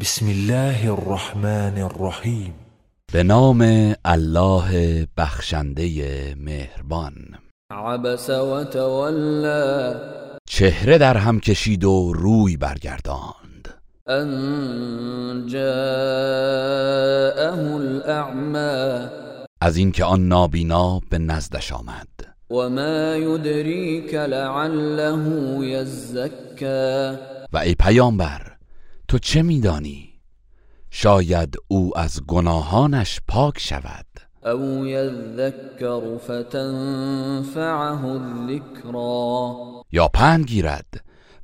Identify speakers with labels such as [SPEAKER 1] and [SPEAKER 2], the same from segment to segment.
[SPEAKER 1] بسم الله الرحمن الرحیم
[SPEAKER 2] به نام الله بخشنده مهربان
[SPEAKER 3] عبس وتولى
[SPEAKER 2] چهره در هم کشید و روی برگرداند
[SPEAKER 3] أن جاءه الأعمى
[SPEAKER 2] از اینکه آن نابینا به نزدش آمد
[SPEAKER 3] وما يدريك لعله يزكى
[SPEAKER 2] و ای پیامبر تو چه میدانی شاید او از گناهانش پاک شود
[SPEAKER 3] أو يذكر فتنفعه الذكرى
[SPEAKER 2] یا پند گیرد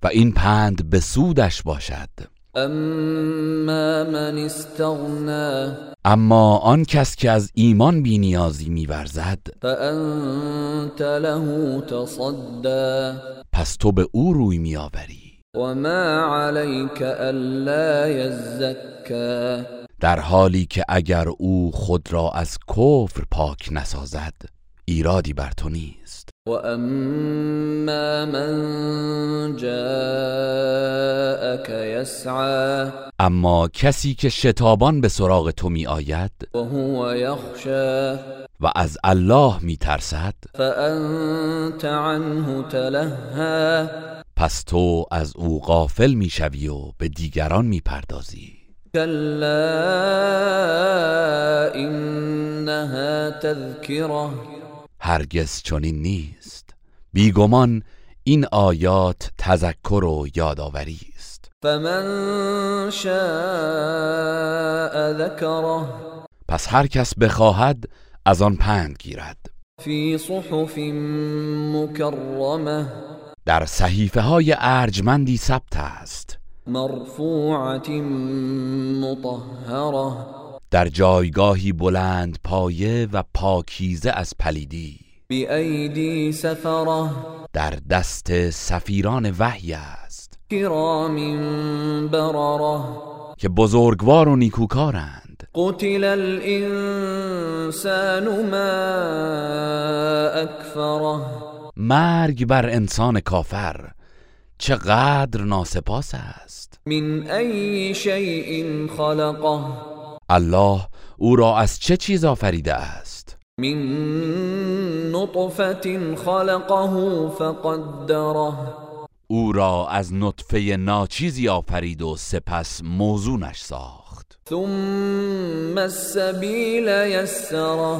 [SPEAKER 2] و این پند به سودش باشد
[SPEAKER 3] أما من استغنى
[SPEAKER 2] اما آن کس که از ایمان بینیازی میورزد
[SPEAKER 3] فأنت له تصدى
[SPEAKER 2] پس تو به او روی میآوری
[SPEAKER 3] وما عليك ألا يزكى
[SPEAKER 2] در حالی که اگر او خود را از کفر پاک نسازد ایرادی بر تو نیست
[SPEAKER 3] واما من جاءك يسعى
[SPEAKER 2] اما کسی که شتابان به سراغ تو می آید
[SPEAKER 3] وهو يخشى
[SPEAKER 2] و از الله می ترسد
[SPEAKER 3] فانت عنه تلهى
[SPEAKER 2] پس تو از او غافل می شوی و به دیگران می پردازی
[SPEAKER 3] كلا انها تذكره
[SPEAKER 2] هرگز چنین نیست بیگمان این آیات تذکر و یادآوری است
[SPEAKER 3] فمن شاء ذكره
[SPEAKER 2] پس هر کس بخواهد از آن پند گیرد
[SPEAKER 3] في صحف مكرمه
[SPEAKER 2] در صحیفه های ارجمندی ثبت است
[SPEAKER 3] مرفوعة مطهرة
[SPEAKER 2] در جایگاهی بلند پایه و پاکیزه از پلیدی
[SPEAKER 3] بأيدي سفرة
[SPEAKER 2] در دست سفیران وحی است
[SPEAKER 3] كرام بررة
[SPEAKER 2] که بزرگوار و نیکوکارند
[SPEAKER 3] قتل الإنسان ما أكفره
[SPEAKER 2] مرگ بر انسان کافر چقدر ناسپاس است
[SPEAKER 3] من أي شيء خلقه
[SPEAKER 2] الله او را از چه چیز آفریده است
[SPEAKER 3] من نطفة خلقه فقدره
[SPEAKER 2] او را از نطفه ناچیزی آفرید و سپس موزونش ساخت
[SPEAKER 3] ثم السبيل يسره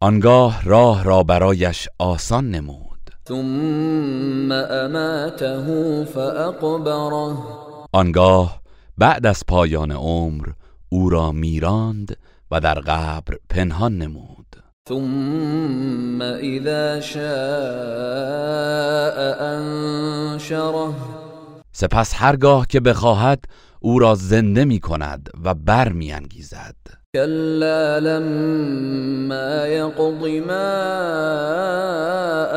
[SPEAKER 2] آنگاه راه را برایش آسان نمود
[SPEAKER 3] ثم أماته فأقبره
[SPEAKER 2] آنگاه بعد از پایان عمر او را میراند و در قبر پنهان نمود
[SPEAKER 3] ثم إذا شاء أنشره
[SPEAKER 2] سپس هرگاه که بخواهد او را زنده می کند و بر می انگیزد.
[SPEAKER 3] كلا لما يقض ما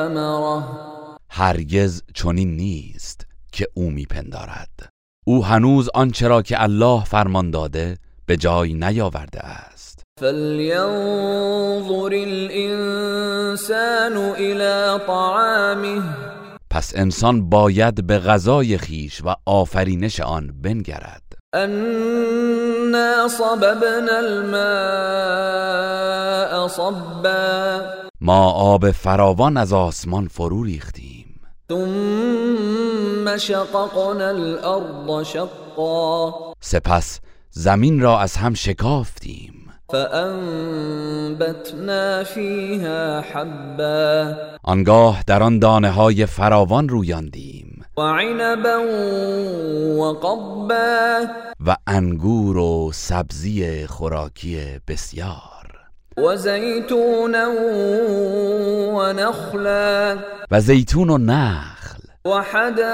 [SPEAKER 3] أمره
[SPEAKER 2] هرگز چنین نیست که او میپندارد او هنوز آنچه را که الله فرمان داده به جای نیاورده است
[SPEAKER 3] فلينظر الإنسان إلى طعامه
[SPEAKER 2] پس انسان باید به غذای خیش و آفرینش آن بنگرد
[SPEAKER 3] أنا صببنا الماء صبا
[SPEAKER 2] ما آب فراوان از آسمان فرو ریختیم
[SPEAKER 3] ثم شققنا الأرض شقا
[SPEAKER 2] سپس زمین را از هم شکافتیم
[SPEAKER 3] فأنبتنا فيها حبا
[SPEAKER 2] آنگاه در آن دانه های فراوان رویاندیم
[SPEAKER 3] وعنبا وقبا
[SPEAKER 2] و انگور و سبزی خوراکی بسیار
[SPEAKER 3] وزيتونا ونخلا
[SPEAKER 2] و زیتون و نخل
[SPEAKER 3] وحدائق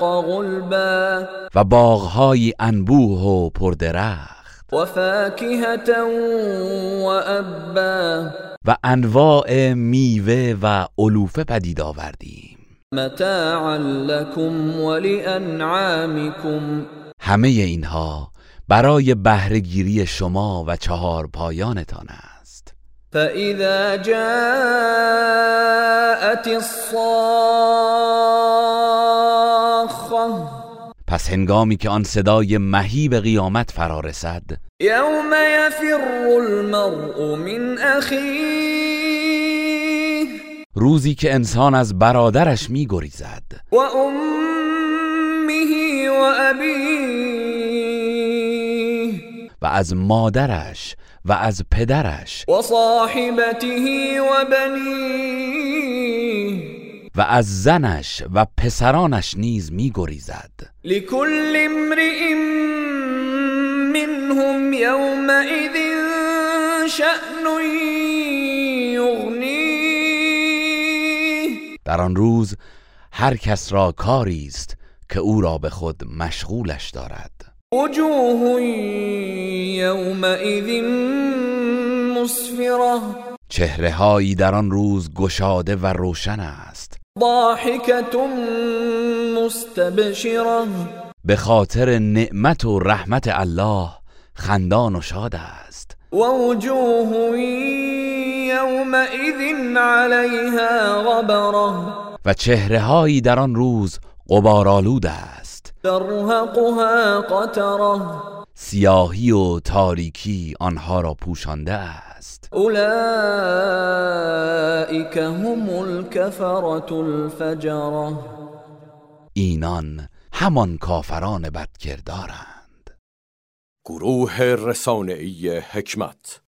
[SPEAKER 3] غلبا
[SPEAKER 2] و باغهایی انبوه و پردرخت
[SPEAKER 3] وفاكهة وأبا
[SPEAKER 2] و انواع میوه و علوفه پدید آوردیم
[SPEAKER 3] متاعا لكم ولأنعامكم
[SPEAKER 2] همه اینها برای بهرهگیری شما و چهار پایانتان است
[SPEAKER 3] فإذا جاءت الصاخة
[SPEAKER 2] پس هنگامی که آن صدای مهیب قیامت فرا رسد
[SPEAKER 3] يوم يفر المرء من اخيه
[SPEAKER 2] روزی که انسان از برادرش میگریزد
[SPEAKER 3] وامه وابيه
[SPEAKER 2] و از مادرش و از پدرش
[SPEAKER 3] وصاحبته وبنيه
[SPEAKER 2] و از زنش و پسرانش نیز میگریزد
[SPEAKER 3] لكل امرئ منهم يومئذ شأن يغنيه
[SPEAKER 2] در آن روز هر کس را کاری است که او را به خود مشغولش دارد
[SPEAKER 3] وجوه يومئذ مسفرة
[SPEAKER 2] چهره هایی در آن روز گشاده و روشن است
[SPEAKER 3] ضاحكة مستبشرة
[SPEAKER 2] به خاطر نعمت و رحمت الله خندان و شاد است
[SPEAKER 3] ووجوه يومئذ عليها غبرة
[SPEAKER 2] و چهره هایی در آن روز غبارآلود است
[SPEAKER 3] ترهقها قترة
[SPEAKER 2] سیاهی و تاریکی آنها را پوشانده است
[SPEAKER 3] أولئك هم الكفرة الفجرة
[SPEAKER 2] اینان همان کافران بدکردارند
[SPEAKER 4] گروه رسانه‌ای حکمت